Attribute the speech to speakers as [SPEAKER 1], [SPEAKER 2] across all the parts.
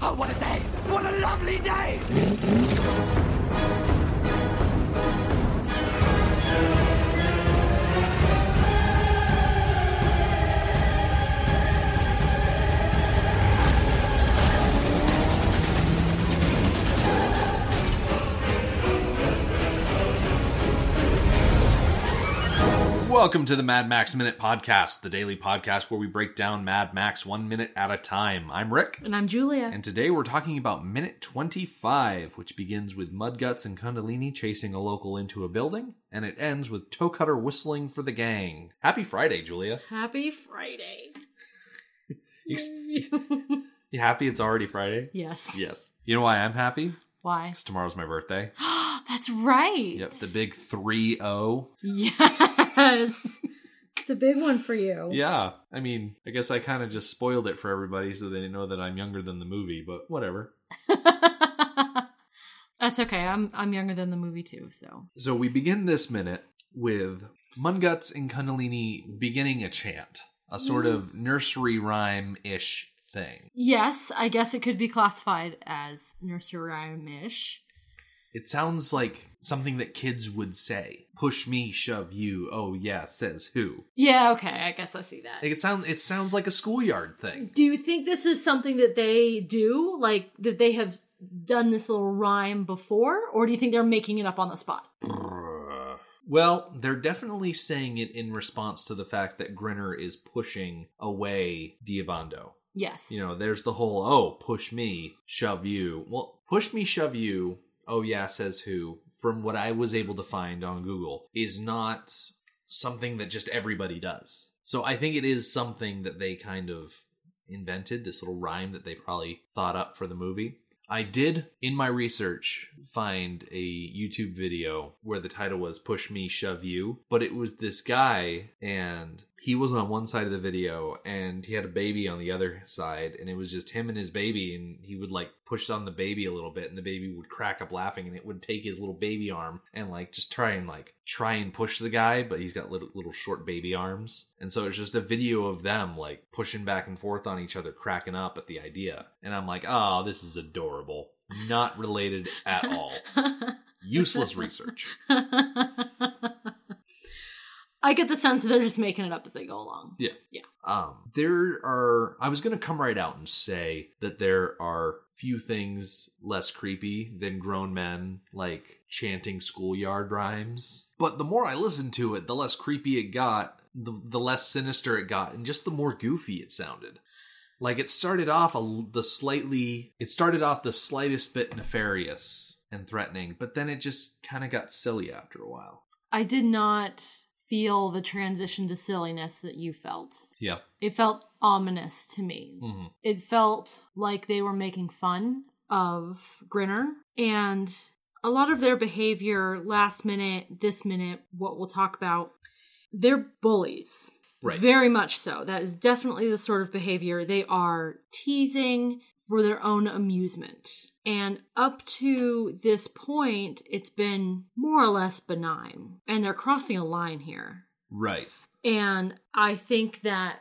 [SPEAKER 1] Oh, what a day! What a lovely day!
[SPEAKER 2] Welcome to the Mad Max Minute Podcast, the daily podcast where we break down Mad Max one minute at a time. I'm Rick,
[SPEAKER 3] And I'm Julia.
[SPEAKER 2] and today we're talking about minute 25, which begins with Mudguts and Kundalini chasing a local into a building, and it ends with Toe Cutter whistling for the gang. Happy Friday, Julia.
[SPEAKER 3] Happy Friday.
[SPEAKER 2] Ex- You happy it's already Friday?
[SPEAKER 3] yes.
[SPEAKER 2] Yes. You know why I'm happy?
[SPEAKER 3] Why?
[SPEAKER 2] Because tomorrow's my birthday.
[SPEAKER 3] That's right.
[SPEAKER 2] Yep, the big oh. 3 0.
[SPEAKER 3] Yes. it's a big one for you.
[SPEAKER 2] Yeah, I mean, I guess I kind of just spoiled it for everybody so they didn't know that I'm younger than the movie, but whatever.
[SPEAKER 3] That's okay. I'm I'm younger than the movie too, so.
[SPEAKER 2] So we begin this minute with Munguts and Kundalini beginning a chant, a sort of nursery rhyme ish thing.
[SPEAKER 3] Yes, I guess it could be classified as nursery rhyme-ish.
[SPEAKER 2] It sounds like something that kids would say push me, shove you, oh yeah, says who.
[SPEAKER 3] Yeah, okay. I guess I see that.
[SPEAKER 2] Like it, sounds, it sounds like a schoolyard thing.
[SPEAKER 3] Do you think this is something that they do? Like that they have done this little rhyme before or do you think they're making it up on the spot?
[SPEAKER 2] Well, they're definitely saying it in response to the fact that Grinner is pushing away Diabando.
[SPEAKER 3] Yes.
[SPEAKER 2] you know there's the whole oh push me shove you well push me shove you oh yeah says who from what i was able to find on google is not something that just everybody does so i think it is something that they kind of invented this little rhyme that they probably thought up for the movie i did in my research find a youtube video where the title was push me shove you but it was this guy and he was on one side of the video and he had a baby on the other side and it was just him and his baby and he would like push on the baby a little bit and the baby would crack up laughing and it would take his little baby arm and like just try and like try and push the guy but he's got little little short baby arms and so it's just a video of them like pushing back and forth on each other cracking up at the idea and i'm like oh this is adorable not related at all useless research
[SPEAKER 3] I get the sense that they're just making it up as they go along.
[SPEAKER 2] Um, there are. I was gonna come right out and say that there are few things less creepy than grown men like chanting schoolyard rhymes. But the more I listened to it, the less creepy it got, the the less sinister it got, and just the more goofy it sounded. Like it started off a, l- the slightly, it started off the slightest bit nefarious and threatening, but then it just kind of got silly after a while.
[SPEAKER 3] I did not feel the transition to silliness that you felt.
[SPEAKER 2] Yeah.
[SPEAKER 3] It felt ominous to me.
[SPEAKER 2] Mm-hmm.
[SPEAKER 3] It felt like they were making fun of Grinner and a lot of their behavior last minute, this minute, what we'll talk about, they're bullies.
[SPEAKER 2] Right.
[SPEAKER 3] Very much so. That is definitely the sort of behavior they are teasing for their own amusement. And up to this point, it's been more or less benign. And they're crossing a line here.
[SPEAKER 2] right.
[SPEAKER 3] And I think that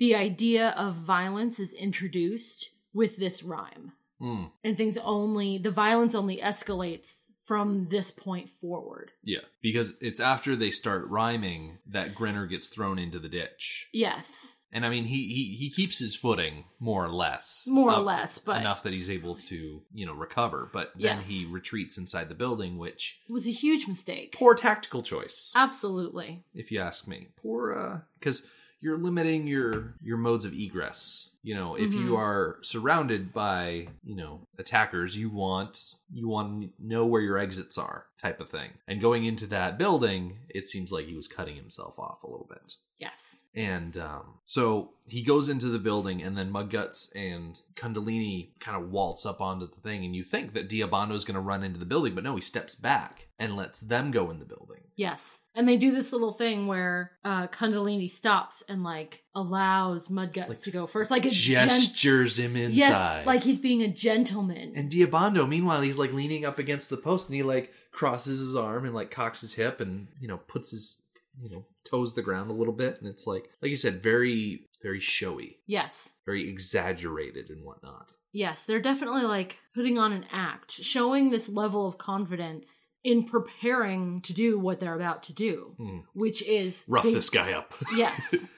[SPEAKER 3] the idea of violence is introduced with this rhyme.
[SPEAKER 2] Mm.
[SPEAKER 3] And things only, the violence only escalates from this point forward.
[SPEAKER 2] Yeah, because it's after they start rhyming that Grinner gets thrown into the ditch,
[SPEAKER 3] Yes,
[SPEAKER 2] and I mean he he, he keeps his footing more or less,
[SPEAKER 3] more or
[SPEAKER 2] up
[SPEAKER 3] less, but
[SPEAKER 2] enough that he's able to you know recover. But then
[SPEAKER 3] Yes.
[SPEAKER 2] he retreats inside the building, which
[SPEAKER 3] it was a huge mistake.
[SPEAKER 2] poor tactical choice,
[SPEAKER 3] Absolutely.
[SPEAKER 2] if you ask me. Poor because you're limiting your your modes of egress. You know, if you
[SPEAKER 3] Mhm.
[SPEAKER 2] are surrounded by you know attackers, you want you want to know where your exits are, type of thing. And going into that building, it seems like he was cutting himself off a little bit.
[SPEAKER 3] Yes.
[SPEAKER 2] And um, so he goes into the building, and then Mudguts and Kundalini kind of waltz up onto the thing. And you think that Diabando's going to run into the building, but no, he steps back and lets them go in the building.
[SPEAKER 3] Yes. And they do this little thing where uh, Kundalini stops and like allows Mudguts
[SPEAKER 2] Like,
[SPEAKER 3] to go first. Like a gen-
[SPEAKER 2] Gestures him inside.
[SPEAKER 3] Yes, like he's being a gentleman.
[SPEAKER 2] And Diabondo, meanwhile, he's like leaning up against the post and he like crosses his arm and like cocks his hip and, you know, puts his, you know, toes the ground a little bit. And it's like, like you said, very, very showy,
[SPEAKER 3] yes.
[SPEAKER 2] very exaggerated and whatnot.
[SPEAKER 3] Yes, they're definitely like putting on an act, showing this level of confidence in preparing to do what they're about to do,
[SPEAKER 2] Hmm.
[SPEAKER 3] which is
[SPEAKER 2] Rough
[SPEAKER 3] they-
[SPEAKER 2] this guy up.
[SPEAKER 3] Yes.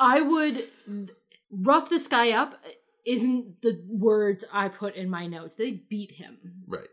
[SPEAKER 3] I would rough this guy up isn't the words I put in my notes. They beat him.
[SPEAKER 2] right.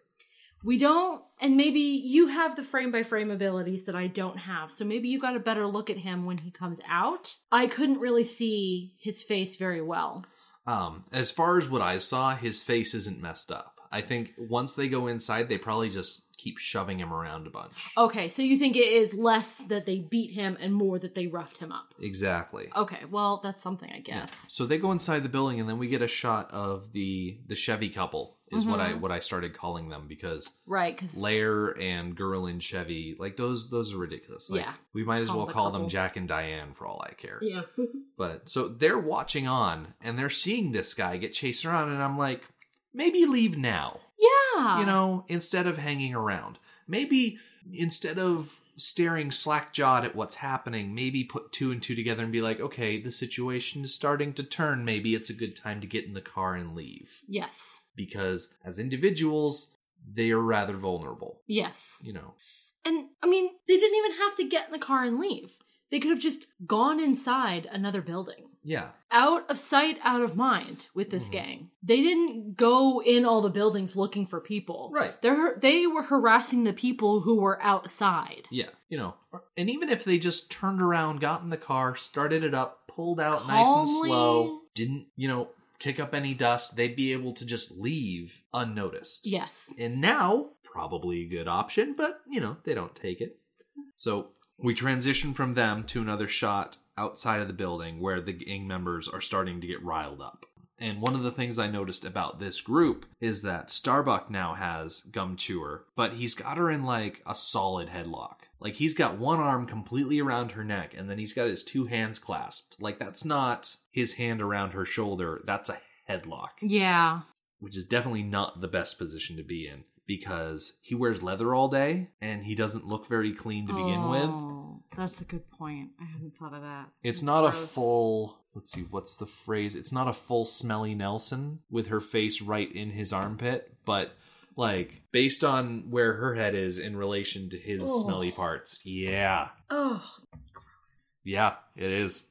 [SPEAKER 3] We don't and maybe you have the frame by frame abilities that I don't have. So maybe you got a better look at him when he comes out. I couldn't really see his face very well.
[SPEAKER 2] Um, as far as what I saw, his face isn't messed up. I think once they go inside, they probably just keep shoving him around a bunch.
[SPEAKER 3] Okay, so you think it is less that they beat him and more that they roughed him up.
[SPEAKER 2] Exactly.
[SPEAKER 3] Okay, well, that's something I
[SPEAKER 2] Yeah.
[SPEAKER 3] guess.
[SPEAKER 2] So they go inside the building, and then we get a shot of the the Chevy couple is what I
[SPEAKER 3] Mhm.
[SPEAKER 2] what I started calling them because
[SPEAKER 3] Right, 'cause Right,
[SPEAKER 2] Lair and Girl and Chevy like those those are ridiculous. Like,
[SPEAKER 3] Yeah.
[SPEAKER 2] we might as
[SPEAKER 3] Call
[SPEAKER 2] well
[SPEAKER 3] the
[SPEAKER 2] call
[SPEAKER 3] couple.
[SPEAKER 2] them Jack and Diane for all I care.
[SPEAKER 3] cuz Yeah.
[SPEAKER 2] But so they're watching on, and they're seeing this guy get chased around, and I'm like, maybe leave now.
[SPEAKER 3] yeah.
[SPEAKER 2] you know, instead of hanging around. Maybe instead of staring slack jawed at what's happening, maybe put two and two together and be like, okay, the situation is starting to turn. Maybe it's a good time to get in the car and leave.
[SPEAKER 3] Yes.
[SPEAKER 2] Because as individuals, they are rather vulnerable,
[SPEAKER 3] Yes.
[SPEAKER 2] you know.
[SPEAKER 3] And I mean, they didn't even have to get in the car and leave. They could have just gone inside another building.
[SPEAKER 2] Yeah.
[SPEAKER 3] Out of sight, out of mind with this
[SPEAKER 2] Mhm.
[SPEAKER 3] gang. They didn't go in all the buildings looking for people.
[SPEAKER 2] Right.
[SPEAKER 3] They're, they were harassing the people who were outside.
[SPEAKER 2] Yeah. You know, and even if they just turned around, got in the car, started it up, pulled out nice and
[SPEAKER 3] Calmly.
[SPEAKER 2] slow, didn't, you know, kick up any dust, they'd be able to just leave unnoticed.
[SPEAKER 3] Yes.
[SPEAKER 2] And now, probably a good option, but you know, they don't take it. So we transition from them to another shot outside of the building where the gang members are starting to get riled up. And one of the things I noticed about this group is that Starbuck now has Gum Chewer, but he's got her in like a solid headlock. Like he's got one arm completely around her neck, and then he's got his two hands clasped. Like that's not his hand around her shoulder, that's a headlock
[SPEAKER 3] Yeah.
[SPEAKER 2] which is definitely not the best position to be in because he wears leather all day and he doesn't look very clean to begin with.
[SPEAKER 3] with. Oh, That's a good point. I hadn't thought of that.
[SPEAKER 2] It's not a full, let's see, what's the phrase? It's not a full smelly Nelson with her face right in his armpit, but like based on where her head is in relation to his
[SPEAKER 3] Oh.
[SPEAKER 2] smelly parts. Yeah.
[SPEAKER 3] Oh,
[SPEAKER 2] Yeah, it is.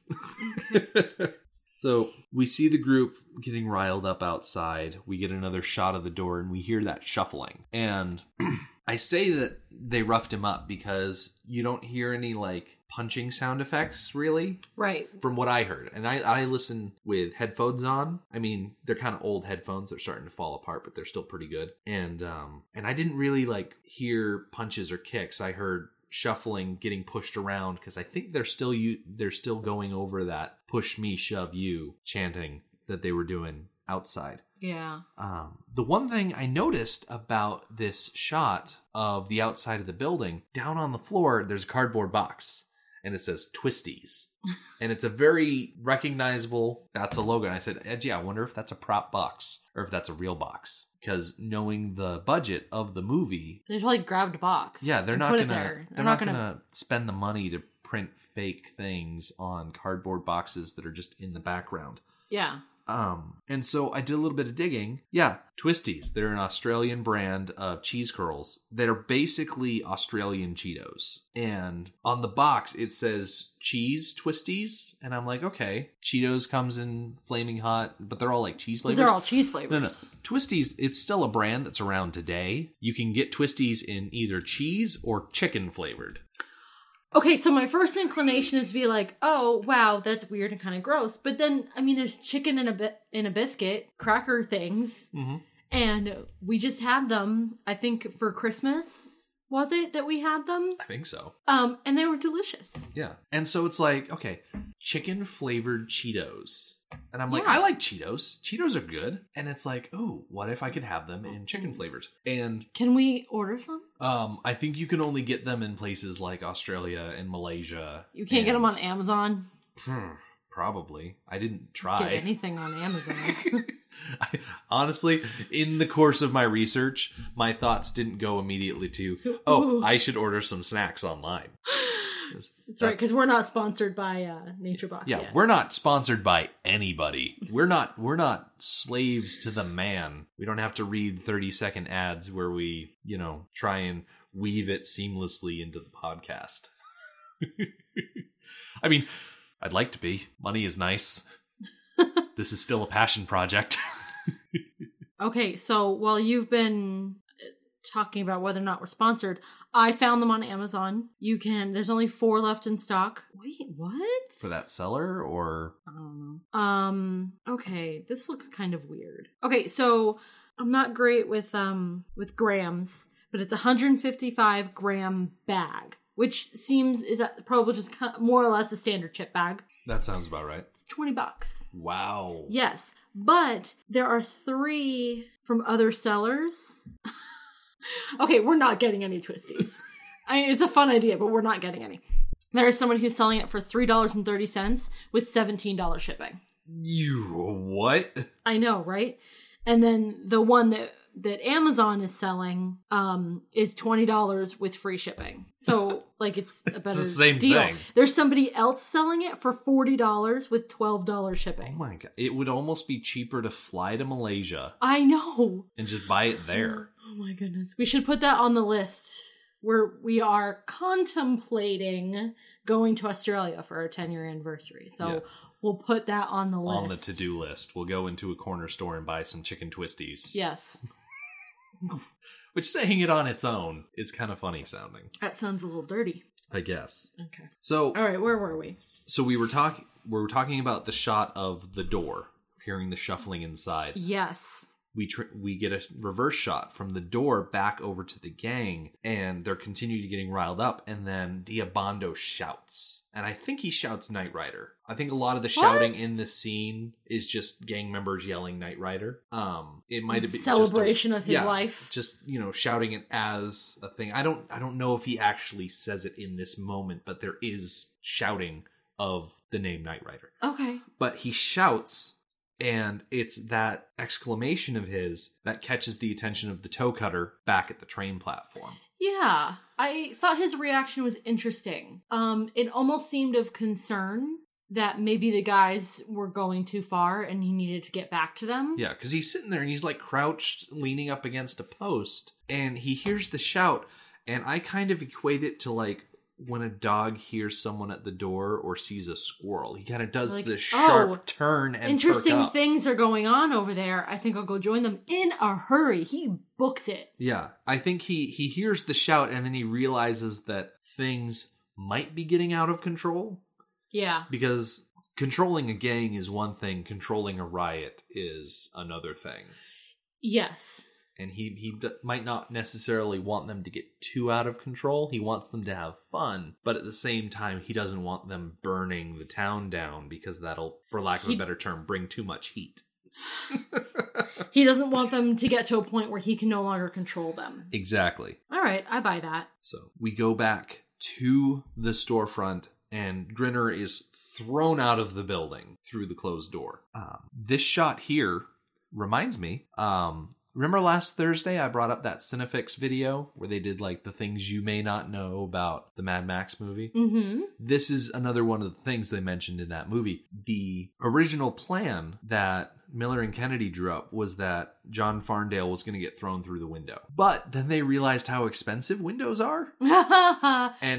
[SPEAKER 2] so we see the group getting riled up outside. We get another shot of the door and we hear that shuffling. And I say that they roughed him up because you don't hear any like punching sound effects really
[SPEAKER 3] right.
[SPEAKER 2] from what I heard. And I, I listen with headphones on. I mean, they're kind of old headphones. They're starting to fall apart, but they're still pretty good. And um and I didn't really like hear punches or kicks. I heard shuffling getting pushed around because I think they're still you they're still going over that push me shove you chanting that they were doing outside.
[SPEAKER 3] Yeah.
[SPEAKER 2] Um, the one thing I noticed about this shot of the outside of the building, down on the floor, there's a cardboard box and it says Twisties. and it's a very recognizable, that's a logo. And I said, "Eh, gee, I wonder if that's a prop box or if that's a real box. Because knowing the budget of the movie,
[SPEAKER 3] They probably grabbed a box.
[SPEAKER 2] yeah, they're
[SPEAKER 3] and
[SPEAKER 2] not
[SPEAKER 3] put
[SPEAKER 2] gonna
[SPEAKER 3] it there.
[SPEAKER 2] they're, not, gonna, spend the money to print fake things on cardboard boxes that are just in the background.
[SPEAKER 3] Yeah.
[SPEAKER 2] Um, and so I did a little bit of digging. Yeah, Twisties. They're an Australian brand of cheese curls that are basically Australian Cheetos. And on the box, it says cheese Twisties. And I'm like, okay, Cheetos comes in flaming hot, but they're all like cheese flavors.
[SPEAKER 3] They're all cheese
[SPEAKER 2] no, no.
[SPEAKER 3] flavors.
[SPEAKER 2] Twisties, it's still a brand that's around today. You can get Twisties in either cheese or chicken flavored.
[SPEAKER 3] Okay, so my first inclination is to be like, "Oh, wow, that's weird and kind of gross." But then, I mean, there's chicken in a bi- in a biscuit, cracker things,
[SPEAKER 2] Mm-hmm.
[SPEAKER 3] and we just had them. I think for Christmas was it that we had them?
[SPEAKER 2] I think so.
[SPEAKER 3] Um, and they were delicious.
[SPEAKER 2] Yeah. And so it's like, okay, chicken flavored Cheetos. And I'm like,
[SPEAKER 3] Yeah.
[SPEAKER 2] I like Cheetos. Cheetos are good. And it's like, oh, what if I could have them in chicken flavors? And
[SPEAKER 3] Can we order some?
[SPEAKER 2] um, I think you can only get them in places like Australia and Malaysia.
[SPEAKER 3] You can't get
[SPEAKER 2] and-
[SPEAKER 3] them on Amazon.
[SPEAKER 2] Hmm, Probably. I didn't
[SPEAKER 3] Get
[SPEAKER 2] try.
[SPEAKER 3] anything on Amazon.
[SPEAKER 2] I, honestly, in the course of my research, my thoughts didn't go immediately to, oh,
[SPEAKER 3] Ooh.
[SPEAKER 2] I should order some snacks online.
[SPEAKER 3] That's right,
[SPEAKER 2] That's-
[SPEAKER 3] because we're not sponsored by uh, Nature Box.
[SPEAKER 2] Yeah,
[SPEAKER 3] yet.
[SPEAKER 2] we're not sponsored by anybody. We're not we're not slaves to the man. We don't have to read 30-second ads where we, you know, try and weave it seamlessly into the podcast. I mean, I'd like to be. Money is nice. this is still a passion project.
[SPEAKER 3] Okay, so while you've been uh, talking about whether or not we're sponsored, I found them on Amazon. You can. There's only four left in stock. Wait, what?
[SPEAKER 2] For that seller or
[SPEAKER 3] I don't know. Um. Okay, this looks kind of weird. Okay, so I'm not great with um with grams, but it's a 155 gram bag, which seems is that probably just kind of- more or less a standard chip bag.
[SPEAKER 2] That sounds about right.
[SPEAKER 3] It's 20 bucks.
[SPEAKER 2] Wow.
[SPEAKER 3] Yes, but there are three from other sellers. okay, we're not getting any twisties. I mean, it's a fun idea, but we're not getting any. There is someone who's selling it for three dollars and thirty cents with seventeen dollars shipping.
[SPEAKER 2] You what?
[SPEAKER 3] I know, right? And then the one that that Amazon is selling um is twenty dollars with free shipping. So like it's a better
[SPEAKER 2] same
[SPEAKER 3] deal.
[SPEAKER 2] thing.
[SPEAKER 3] There's somebody else selling it for forty dollars with twelve dollars
[SPEAKER 2] Oh
[SPEAKER 3] shipping.
[SPEAKER 2] my god. It would almost be cheaper to fly to Malaysia
[SPEAKER 3] I know.
[SPEAKER 2] and just buy it there.
[SPEAKER 3] Oh my goodness. We should put that on the list where we are contemplating going to Australia for our 10 year anniversary. So
[SPEAKER 2] Yeah.
[SPEAKER 3] we'll put that on the list.
[SPEAKER 2] on the to-do list. We'll go into a corner store and buy some chicken twisties.
[SPEAKER 3] Yes.
[SPEAKER 2] Which saying it on its own is kind of funny sounding,
[SPEAKER 3] That sounds a little dirty.
[SPEAKER 2] I guess.
[SPEAKER 3] Okay.
[SPEAKER 2] So
[SPEAKER 3] All right. Where were we?
[SPEAKER 2] so we were talking we were talking about the shot of the door, hearing the shuffling inside.
[SPEAKER 3] Yes.
[SPEAKER 2] We tr- we get a reverse shot from the door back over to the gang and they're continuing getting riled up and then Diabondo shouts. And I think he shouts Knight Rider. I think a lot of the shouting
[SPEAKER 3] What?
[SPEAKER 2] in this scene is just gang members yelling Knight Rider. Um it might have been just a-
[SPEAKER 3] celebration of his
[SPEAKER 2] yeah,
[SPEAKER 3] life.
[SPEAKER 2] just you know shouting it as a thing i don't i don't know if he actually says it in this moment but there is shouting of the name knight rider
[SPEAKER 3] Okay.
[SPEAKER 2] but he shouts and it's that exclamation of his that catches the attention of the toe cutter back at the train platform
[SPEAKER 3] Yeah. I thought his reaction was interesting. Um, it almost seemed of concern that maybe the guys were going too far and he needed to get back to them.
[SPEAKER 2] yeah because he's sitting there and he's like crouched leaning up against a post and he hears the shout and i kind of equate it to like when a dog hears someone at the door or sees a squirrel, he kind of does
[SPEAKER 3] Like,
[SPEAKER 2] this sharp
[SPEAKER 3] oh,
[SPEAKER 2] turn and perk
[SPEAKER 3] interesting
[SPEAKER 2] up.
[SPEAKER 3] things are going on over there. I think I'll go join them in a hurry. He books it.
[SPEAKER 2] Yeah, I think he he hears the shout and then he realizes that things might be getting out of control
[SPEAKER 3] Yeah.
[SPEAKER 2] because controlling a gang is one thing, controlling a riot is another thing.
[SPEAKER 3] Yes.
[SPEAKER 2] And he he d- might not necessarily want them to get too out of control. He wants them to have fun, but at the same time he doesn't want them burning the town down because that'll for lack of
[SPEAKER 3] He-
[SPEAKER 2] a better term bring too much heat.
[SPEAKER 3] He doesn't want them to get to a point where he can no longer control them.
[SPEAKER 2] Exactly.
[SPEAKER 3] All right, I buy that.
[SPEAKER 2] So we go back to the storefront, and Grinner is thrown out of the building through the closed door. Um, this shot here reminds me. Um, remember last Thursday, I brought up that Cinefix video where they did like the things you may not know about the Mad Max movie?
[SPEAKER 3] Mm-hmm.
[SPEAKER 2] this is another one of the things they mentioned in that movie. The original plan that Miller and Kennedy drew up was that John Farndale was going to get thrown through the window. But then they realized how expensive windows are and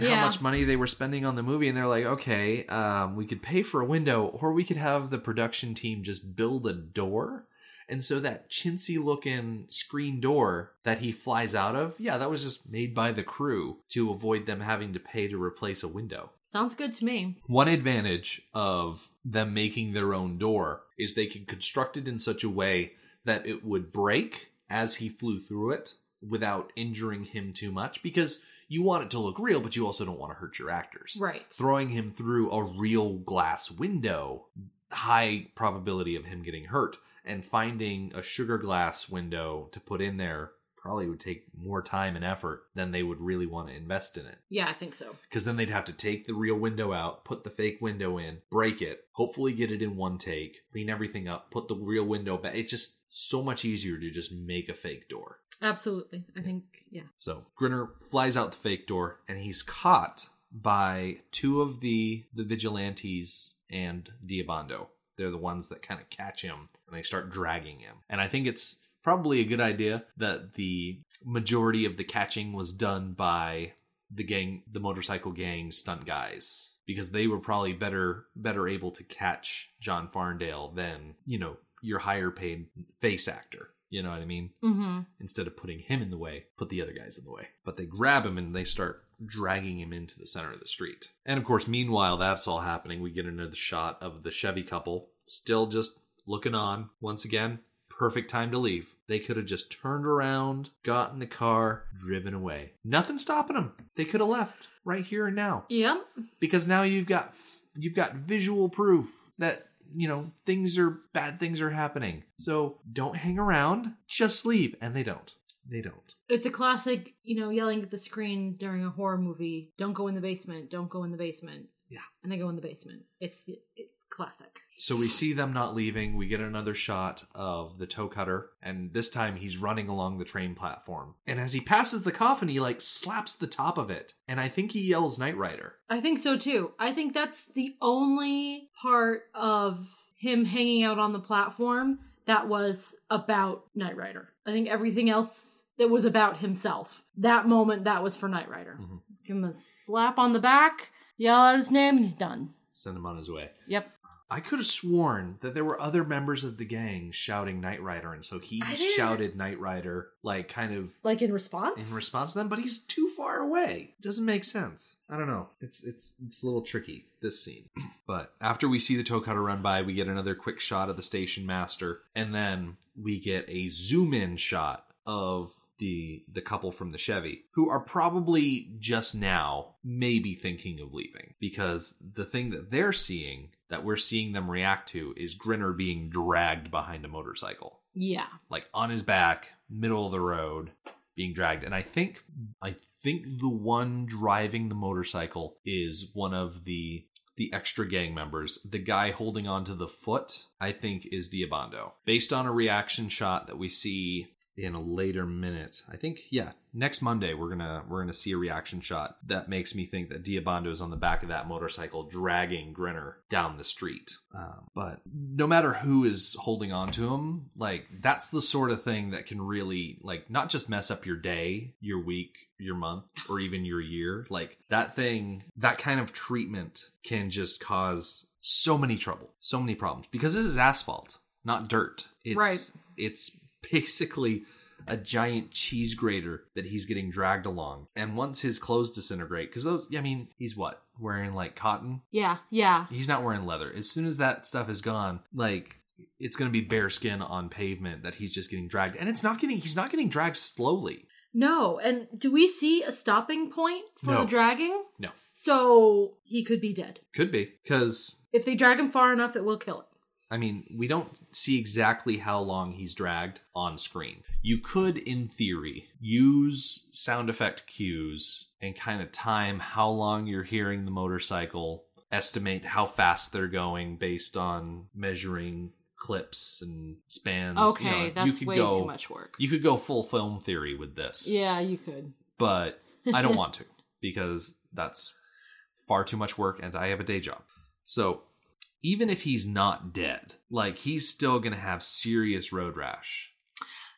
[SPEAKER 3] Yeah.
[SPEAKER 2] how much money they were spending on the movie. And they're like, okay, um, we could pay for a window or we could have the production team just build a door. And so that chintzy looking screen door that he flies out of, yeah, that was just made by the crew to avoid them having to pay to replace a window.
[SPEAKER 3] Sounds good to me.
[SPEAKER 2] One advantage of them making their own door is they could construct it in such a way that it would break as he flew through it without injuring him too much because you want it to look real, but you also don't want to hurt your actors.
[SPEAKER 3] Right.
[SPEAKER 2] Throwing him through a real glass window, high probability of him getting hurt, and finding a sugar glass window to put in there, probably would take more time and effort than they would really want to invest in it.
[SPEAKER 3] Yeah, I think so.
[SPEAKER 2] Because then they'd have to take the real window out, put the fake window in, break it, hopefully get it in one take, clean everything up, put the real window back. It's just so much easier to just make a fake door.
[SPEAKER 3] Absolutely. I think, yeah.
[SPEAKER 2] So Grinner flies out the fake door and he's caught by two of the the vigilantes and Diabando. They're the ones that kind of catch him and they start dragging him. And I think it's probably a good idea that the majority of the catching was done by the gang the motorcycle gang stunt guys because they were probably better better able to catch John Farndale than, you know, your higher paid face actor. You know what I mean?
[SPEAKER 3] Mm-hmm.
[SPEAKER 2] instead of putting him in the way, put the other guys in the way. But they grab him and they start dragging him into the center of the street. And of course, meanwhile, that's all happening. We get another shot of the Chevy couple still just looking on. Once again, perfect time to leave. They could have just turned around, got in the car, driven away. Nothing stopping them. They could have left right here and now
[SPEAKER 3] Yep.
[SPEAKER 2] because now you've got you've got visual proof that you know things are bad things are happening so don't hang around just leave and they don't they don't
[SPEAKER 3] It's a classic, you know, yelling at the screen during a horror movie. Don't go in the basement. Don't go in the basement.
[SPEAKER 2] Yeah.
[SPEAKER 3] And they go in the basement. It's it's classic.
[SPEAKER 2] so we see them not leaving we get another shot of the toe cutter and this time he's running along the train platform and as he passes the coffin he like slaps the top of it and i think he yells knight rider
[SPEAKER 3] I think so too. I think that's the only part of him hanging out on the platform that was about Knight Rider. I think everything else that was about himself. That moment that was for Knight Rider.
[SPEAKER 2] Mhm.
[SPEAKER 3] Give him a slap on the back, yell out his name, and he's done.
[SPEAKER 2] send him on his way
[SPEAKER 3] Yep.
[SPEAKER 2] i could have sworn that there were other members of the gang shouting knight rider and so he
[SPEAKER 3] I didn't-
[SPEAKER 2] shouted knight rider like kind of
[SPEAKER 3] Like in response?
[SPEAKER 2] in response to them, but he's too far away. Doesn't make sense. I don't know. It's it's it's a little tricky this scene. but after we see the toe cutter run by, we get another quick shot of the station master, and then we get a zoom in shot of the the couple from the Chevy who are probably just now maybe thinking of leaving because the thing that they're seeing that we're seeing them react to is Grinner being dragged behind a motorcycle
[SPEAKER 3] yeah.
[SPEAKER 2] like on his back, middle of the road, being dragged. And I think I think the one driving the motorcycle is one of the the extra gang members. The guy holding onto the foot, I think, is Diabando. Based on a reaction shot that we see in a later minute. I think yeah, next Monday we're going to we're going to see a reaction shot that makes me think that Diabando is on the back of that motorcycle dragging Grinner down the street. Um, but no matter who is holding on to him, like that's the sort of thing that can really like not just mess up your day, your week, your month or even your year. Like that thing, that kind of treatment can just cause so many trouble, so many problems because this is asphalt, not dirt. It's
[SPEAKER 3] Right.
[SPEAKER 2] it's basically a giant cheese grater that he's getting dragged along. And once his clothes disintegrate, because those, I mean, he's what? Wearing like cotton?
[SPEAKER 3] Yeah. Yeah.
[SPEAKER 2] He's not wearing leather. As soon as that stuff is gone, like it's going to be bare skin on pavement that he's just getting dragged. And it's not getting, he's not getting dragged slowly.
[SPEAKER 3] No. And do we see a stopping point for
[SPEAKER 2] No.
[SPEAKER 3] the dragging?
[SPEAKER 2] No.
[SPEAKER 3] So he could be dead.
[SPEAKER 2] Could be, because
[SPEAKER 3] If they drag him far enough, it will kill it.
[SPEAKER 2] I mean, we don't see exactly how long he's dragged on screen. You could, in theory, use sound effect cues and kind of time how long you're hearing the motorcycle, estimate how fast they're going based on measuring clips and spans. You know,
[SPEAKER 3] Okay, that's way
[SPEAKER 2] go,
[SPEAKER 3] too much work.
[SPEAKER 2] You could go full film theory with this.
[SPEAKER 3] yeah, you could.
[SPEAKER 2] But I don't want to because that's far too much work and I have a day job. So even if he's not dead, like he's still going to have serious road rash.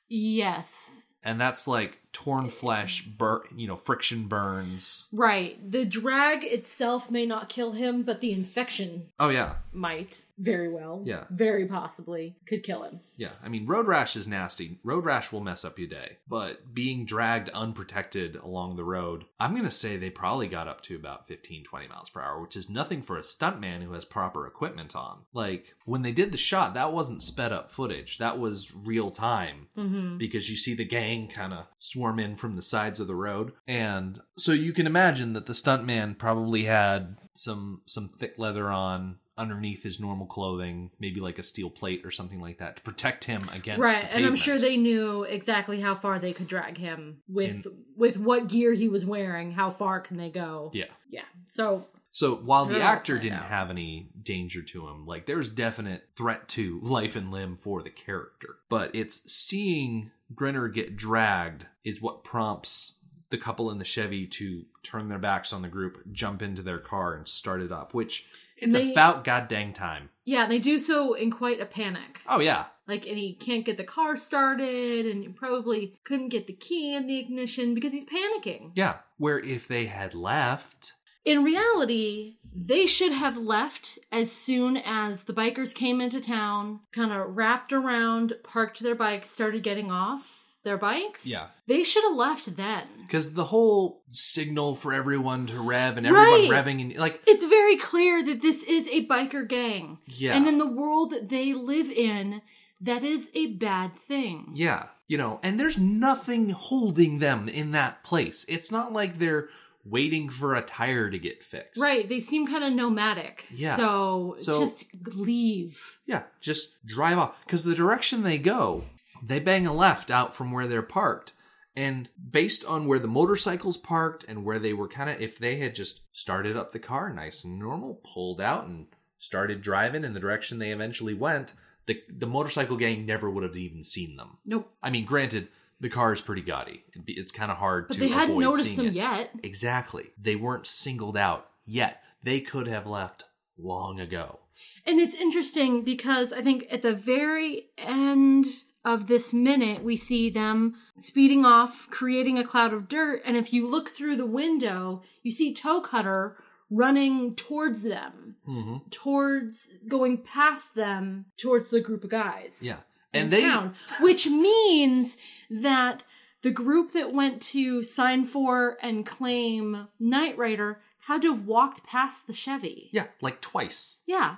[SPEAKER 3] Yes.
[SPEAKER 2] And that's like torn flesh, bur- you know, friction burns.
[SPEAKER 3] Right. The drag itself may not kill him, but the infection
[SPEAKER 2] Oh yeah.
[SPEAKER 3] might very well.
[SPEAKER 2] Yeah.
[SPEAKER 3] Very possibly could kill him.
[SPEAKER 2] Yeah. I mean, road rash is nasty. Road rash will mess up your day. But being dragged unprotected along the road, I'm going to say they probably got up to about 15, 20 miles per hour, which is nothing for a stuntman who has proper equipment on. Like, when they did the shot, that wasn't sped up footage. That was real time
[SPEAKER 3] Mm-hmm.
[SPEAKER 2] because you see the gang kind of swarm in from the sides of the road and so you can imagine that the stuntman probably had some some thick leather on underneath his normal clothing, maybe like a steel plate or something like that to protect him against.
[SPEAKER 3] right,
[SPEAKER 2] the
[SPEAKER 3] and I'm sure
[SPEAKER 2] pavement.
[SPEAKER 3] they knew exactly how far they could drag him with
[SPEAKER 2] And-
[SPEAKER 3] with what gear he was wearing. How far can they go?
[SPEAKER 2] Yeah.
[SPEAKER 3] yeah. So
[SPEAKER 2] So while
[SPEAKER 3] They're
[SPEAKER 2] the
[SPEAKER 3] all
[SPEAKER 2] actor
[SPEAKER 3] played
[SPEAKER 2] didn't
[SPEAKER 3] out.
[SPEAKER 2] have any danger to him, like there's definite threat to life and limb for the character. But it's seeing Brenner get dragged is what prompts the couple in the Chevy to turn their backs on the group, jump into their car, and start it up, which it's
[SPEAKER 3] They-
[SPEAKER 2] about goddamn time.
[SPEAKER 3] yeah, they do so in quite a panic.
[SPEAKER 2] Oh, yeah.
[SPEAKER 3] Like, and he can't get the car started, and he probably couldn't get the key in the ignition because he's panicking.
[SPEAKER 2] Yeah. Where if they had left,
[SPEAKER 3] In reality, they should have left as soon as the bikers came into town, kind of wrapped around, parked their bikes, started getting off their bikes.
[SPEAKER 2] Yeah.
[SPEAKER 3] They should have left then.
[SPEAKER 2] because the whole signal for everyone to rev and everyone
[SPEAKER 3] Right.
[SPEAKER 2] revving and like,
[SPEAKER 3] It's very clear that this is a biker gang.
[SPEAKER 2] yeah.
[SPEAKER 3] And in the world that they live in, that is a bad thing.
[SPEAKER 2] Yeah, you know, and there's nothing holding them in that place. It's not like they're waiting for a tire to get fixed.
[SPEAKER 3] Right, they seem kind of nomadic.
[SPEAKER 2] Yeah.
[SPEAKER 3] So,
[SPEAKER 2] So-
[SPEAKER 3] just leave.
[SPEAKER 2] Yeah, just drive off. Because the direction they go, they bang a left out from where they're parked. And based on where the motorcycles parked and where they were kind of, if they had just started up the car nice and normal, pulled out and started driving in the direction they eventually went, the, the motorcycle gang never would have even seen them.
[SPEAKER 3] Nope.
[SPEAKER 2] I mean, granted, the car is pretty gaudy. It'd be, it's kind of hard
[SPEAKER 3] But
[SPEAKER 2] to
[SPEAKER 3] they hadn't
[SPEAKER 2] avoid
[SPEAKER 3] noticed
[SPEAKER 2] seeing
[SPEAKER 3] them
[SPEAKER 2] it.
[SPEAKER 3] yet.
[SPEAKER 2] Exactly. They weren't singled out yet. They could have left long ago.
[SPEAKER 3] And it's interesting because I think at the very end of this minute, we see them speeding off, creating a cloud of dirt. And if you look through the window, you see Toe Cutter running towards them,
[SPEAKER 2] Mm-hmm.
[SPEAKER 3] towards going past them, towards the group of guys.
[SPEAKER 2] Yeah.
[SPEAKER 3] in
[SPEAKER 2] And they
[SPEAKER 3] town, which means that the group that went to sign for and claim Knight Rider had to have walked past the Chevy.
[SPEAKER 2] yeah, like twice.
[SPEAKER 3] Yeah.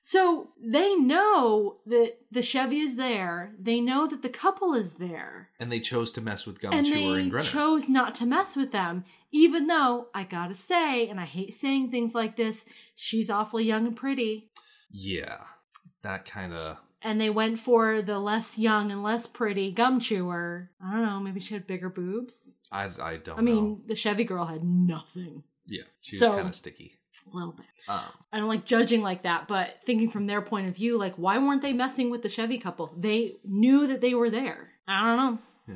[SPEAKER 3] So they know that the Chevy is there. They know that the couple is there.
[SPEAKER 2] And they chose to mess with
[SPEAKER 3] and
[SPEAKER 2] Gumchewer and
[SPEAKER 3] they
[SPEAKER 2] Grenner.
[SPEAKER 3] chose not to mess with them, even though I gotta say, and I hate saying things like this, she's awfully young and pretty.
[SPEAKER 2] yeah. That kind of
[SPEAKER 3] And they went for the less young and less pretty gum chewer. I don't know, maybe she had bigger boobs.
[SPEAKER 2] I I don't
[SPEAKER 3] I mean,
[SPEAKER 2] know.
[SPEAKER 3] the Chevy girl had nothing.
[SPEAKER 2] Yeah. She was
[SPEAKER 3] so-
[SPEAKER 2] kind of sticky.
[SPEAKER 3] A little bit.
[SPEAKER 2] Um
[SPEAKER 3] I don't like judging like that, but thinking from their point of view, like why weren't they messing with the Chevy couple? They knew that they were there. I don't know.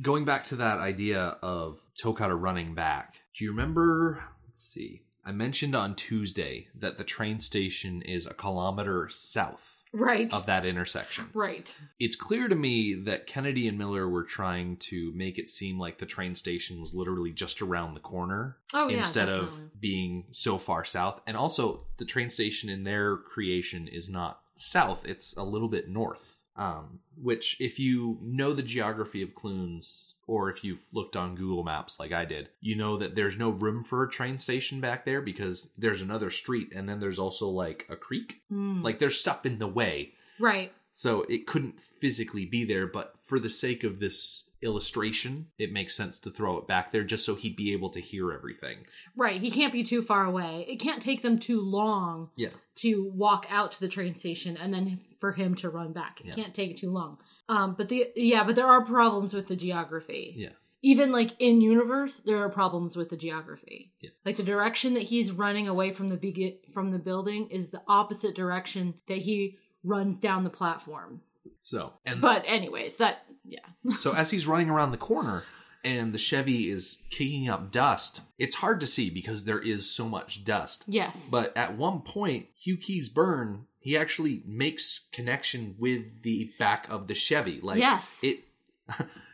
[SPEAKER 2] going back to that idea of Tokata running back, do you remember? Let's see. I mentioned on Tuesday that the train station is a kilometer south
[SPEAKER 3] Right.
[SPEAKER 2] of that intersection.
[SPEAKER 3] Right.
[SPEAKER 2] It's clear to me that Kennedy and Miller were trying to make it seem like the train station was literally just around the corner
[SPEAKER 3] Oh yeah.
[SPEAKER 2] instead
[SPEAKER 3] definitely.
[SPEAKER 2] of being so far south. And also, the train station in their creation is not south, it's a little bit north. Um, which, if you know the geography of Clunes, or if you've looked on Google Maps like I did, you know that there's no room for a train station back there because there's another street and then there's also like a creek.
[SPEAKER 3] Mm.
[SPEAKER 2] Like, there's stuff in the way.
[SPEAKER 3] Right.
[SPEAKER 2] So it couldn't physically be there, but for the sake of this illustration, it makes sense to throw it back there just so he'd be able to hear everything.
[SPEAKER 3] Right. He can't be too far away. It can't take them too long
[SPEAKER 2] Yeah.
[SPEAKER 3] to walk out to the train station and then for him to run back. It
[SPEAKER 2] Yeah.
[SPEAKER 3] can't take too long. Um but the yeah, but there are problems with the geography.
[SPEAKER 2] Yeah.
[SPEAKER 3] Even like in universe, there are problems with the geography.
[SPEAKER 2] Yeah.
[SPEAKER 3] Like the direction that he's running away from the begin- from the building is the opposite direction that he runs down the platform.
[SPEAKER 2] So, and
[SPEAKER 3] But anyways, that yeah.
[SPEAKER 2] so as he's running around the corner and the Chevy is kicking up dust, it's hard to see because there is so much dust.
[SPEAKER 3] Yes.
[SPEAKER 2] But at one point, Hugh Keys burn, he actually makes connection with the back of the Chevy. Like
[SPEAKER 3] yes.
[SPEAKER 2] it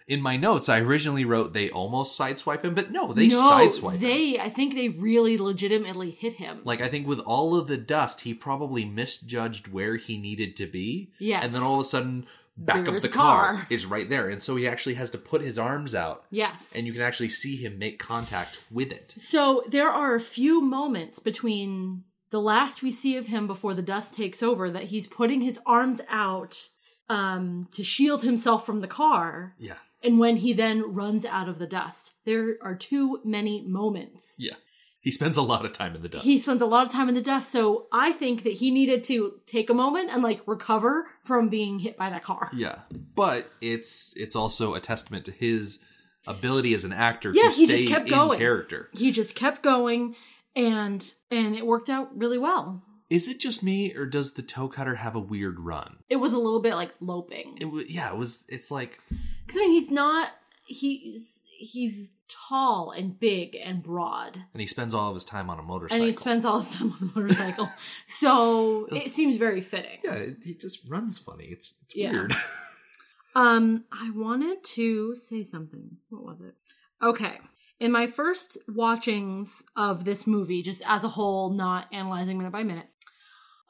[SPEAKER 2] in my notes, I originally wrote they almost sideswipe him, but no, they
[SPEAKER 3] no,
[SPEAKER 2] sideswipe him.
[SPEAKER 3] They I think they really legitimately hit him.
[SPEAKER 2] Like I think with all of the dust, he probably misjudged where he needed to be.
[SPEAKER 3] Yes.
[SPEAKER 2] And then all of a sudden, back
[SPEAKER 3] There
[SPEAKER 2] of
[SPEAKER 3] is
[SPEAKER 2] the
[SPEAKER 3] a
[SPEAKER 2] car.
[SPEAKER 3] car.
[SPEAKER 2] is right there, and so he actually has to put his arms out,
[SPEAKER 3] yes.
[SPEAKER 2] and you can actually see him make contact with it.
[SPEAKER 3] So there are a few moments between the last we see of him before the dust takes over that he's putting his arms out um, to shield himself from the car,
[SPEAKER 2] Yeah.
[SPEAKER 3] and when he then runs out of the dust. There are too many moments.
[SPEAKER 2] Yeah. He spends a lot of time in the dust.
[SPEAKER 3] He spends a lot of time in the dust, so I think that he needed to take a moment and like recover from being hit by that car.
[SPEAKER 2] yeah, but it's it's also a testament to his ability as an actor
[SPEAKER 3] Yeah,
[SPEAKER 2] to
[SPEAKER 3] he
[SPEAKER 2] stay
[SPEAKER 3] just kept
[SPEAKER 2] in
[SPEAKER 3] going.
[SPEAKER 2] character.
[SPEAKER 3] He just kept going and and it worked out really well.
[SPEAKER 2] Is it just me, or does the toe cutter have a weird run?
[SPEAKER 3] It was a little bit like loping.
[SPEAKER 2] It wa yeah, it was. It's like
[SPEAKER 3] Cuz I mean he's not he's he's tall and big and broad.
[SPEAKER 2] and he spends all of his time on a motorcycle.
[SPEAKER 3] And he spends all his time on a motorcycle. so it seems very fitting.
[SPEAKER 2] yeah, it- he just runs funny. It's, it's
[SPEAKER 3] Yeah.
[SPEAKER 2] weird.
[SPEAKER 3] Um, I wanted to say something. What was it? Okay. In my first watchings of this movie, just as a whole, not analyzing minute by minute,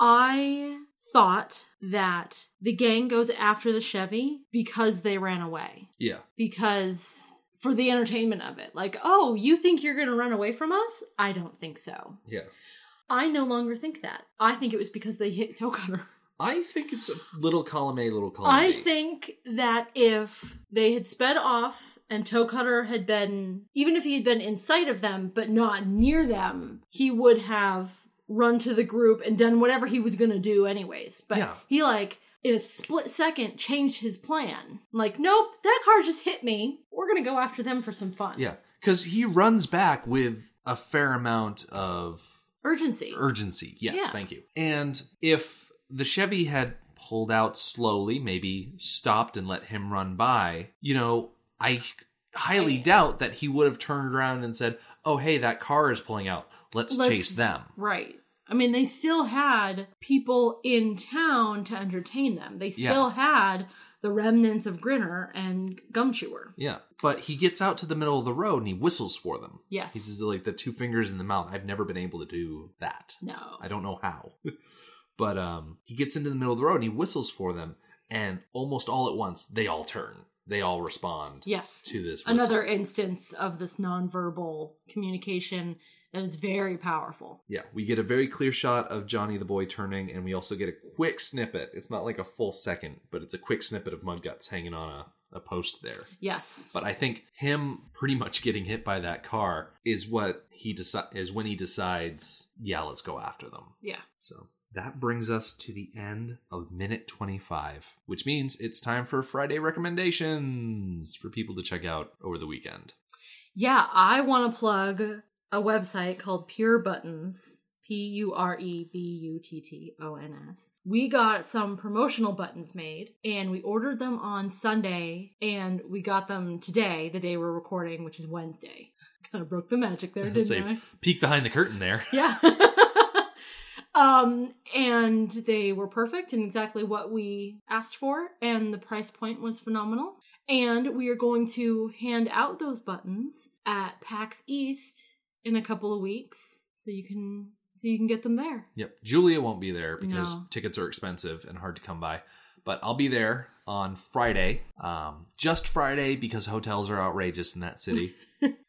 [SPEAKER 3] I thought that the gang goes after the Chevy because they ran away.
[SPEAKER 2] yeah,
[SPEAKER 3] Because for the entertainment of it. Like, oh, you think you're going to run away from us? I don't think so.
[SPEAKER 2] yeah.
[SPEAKER 3] I no longer think that. I think it was because they hit Toe Cutter.
[SPEAKER 2] I think it's a little column A, little column
[SPEAKER 3] I
[SPEAKER 2] B.
[SPEAKER 3] think that if they had sped off and Toe Cutter had been, even if he had been in sight of them but not near them, he would have run to the group and done whatever he was going to do, anyways. But
[SPEAKER 2] Yeah.
[SPEAKER 3] he, like, in a split second, changed his plan. Like, nope, that car just hit me. We're going to go after them for some fun.
[SPEAKER 2] Yeah, because he runs back with a fair amount of
[SPEAKER 3] Urgency.
[SPEAKER 2] urgency. Yes,
[SPEAKER 3] Yeah.
[SPEAKER 2] thank you. And if the Chevy had pulled out slowly, maybe stopped and let him run by, you know, I highly
[SPEAKER 3] Right.
[SPEAKER 2] doubt that he would have turned around and said, "Oh, hey, that car is pulling out. Let's,
[SPEAKER 3] Let's-
[SPEAKER 2] chase them."
[SPEAKER 3] Right. I mean, they still had people in town to entertain them. They
[SPEAKER 2] Yeah.
[SPEAKER 3] still had the remnants of Grinner and Gumshoer.
[SPEAKER 2] Yeah, but he gets out to the middle of the road and he whistles for them.
[SPEAKER 3] Yes.
[SPEAKER 2] He says like the two fingers in the mouth. I've never been able to do that.
[SPEAKER 3] no.
[SPEAKER 2] I don't know how. but um he gets into the middle of the road and he whistles for them and almost all at once they all turn. They all respond
[SPEAKER 3] Yes.
[SPEAKER 2] to this whistle.
[SPEAKER 3] Another instance of this nonverbal communication that is very powerful.
[SPEAKER 2] Yeah, we get a very clear shot of Johnny the boy turning and we also get a quick snippet. It's not like a full second, but it's a quick snippet of Mudguts hanging on a, a post there.
[SPEAKER 3] Yes.
[SPEAKER 2] But I think him pretty much getting hit by that car is what he deci- is when he decides, yeah, let's go after them.
[SPEAKER 3] Yeah.
[SPEAKER 2] So that brings us to the end of minute 25, which means it's time for Friday recommendations for people to check out over the weekend.
[SPEAKER 3] Yeah, I want to plug a website called Pure Buttons. P U R E B U T T O N S. We got some promotional buttons made and we ordered them on Sunday and we got them today, the day we're recording, which is Wednesday. Kind of broke the magic there, didn't
[SPEAKER 2] Say,
[SPEAKER 3] I?
[SPEAKER 2] Peek behind the curtain there.
[SPEAKER 3] Yeah. um, and they were perfect and exactly what we asked for, and the price point was phenomenal. And we are going to hand out those buttons at PAX East in a couple of weeks, so you can so you can get them there.
[SPEAKER 2] Yep. Julia won't be there because
[SPEAKER 3] No.
[SPEAKER 2] tickets are expensive and hard to come by. But I'll be there on Friday, um, just Friday because hotels are outrageous in that city.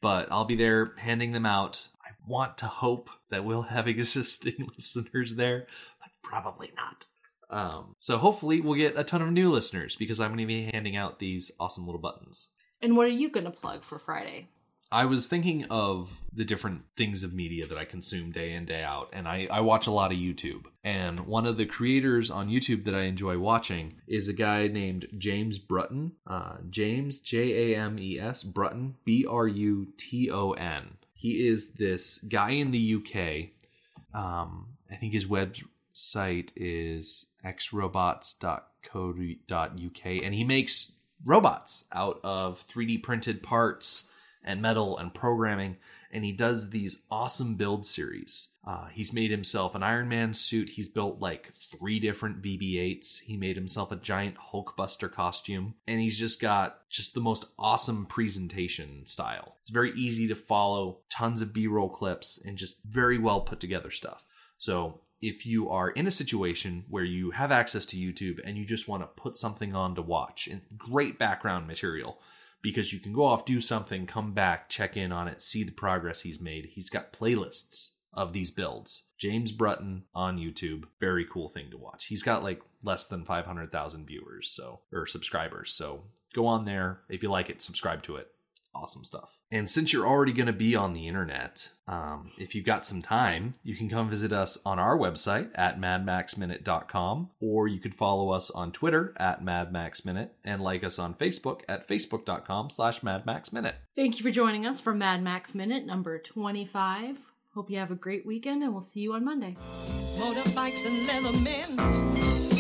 [SPEAKER 2] but I'll be there handing them out. I want to hope that we'll have existing listeners there, but probably not. Um, so hopefully we'll get a ton of new listeners because I'm going to be handing out these awesome little buttons.
[SPEAKER 3] And what are you going to plug for Friday?
[SPEAKER 2] I was thinking of the different things of media that I consume day in, day out, and I, I watch a lot of YouTube. And one of the creators on YouTube that I enjoy watching is a guy named James Brutton. Uh, James, J A M E S, Brutton, B R U T O N. He is this guy in the UK. Um, I think his website is xrobots.co.uk, and he makes robots out of 3D printed parts and metal and programming, and he does these awesome build series. Uh, he's made himself an Iron Man suit. He's built like three different BB-8s. He made himself a giant Hulkbuster costume, and he's just got just the most awesome presentation style. It's very easy to follow, tons of B-roll clips, and just very well put together stuff. So if you are in a situation where you have access to YouTube and you just want to put something on to watch, and great background material because you can go off, do something, come back, check in on it, see the progress he's made. He's got playlists of these builds. James Brutton on YouTube, very cool thing to watch. He's got like less than 500,000 viewers, so or subscribers. So go on there if you like it, subscribe to it. awesome stuff. And since you're already going to be on the internet, um, if you've got some time, you can come visit us on our website at madmaxminute.com, or you could follow us on Twitter at madmaxminute and like us on Facebook at facebook.com slash madmaxminute.
[SPEAKER 3] Thank you for joining us for Mad Max Minute number 25. Hope you have a great weekend and we'll see you on Monday.
[SPEAKER 4] motorbikes and leather men.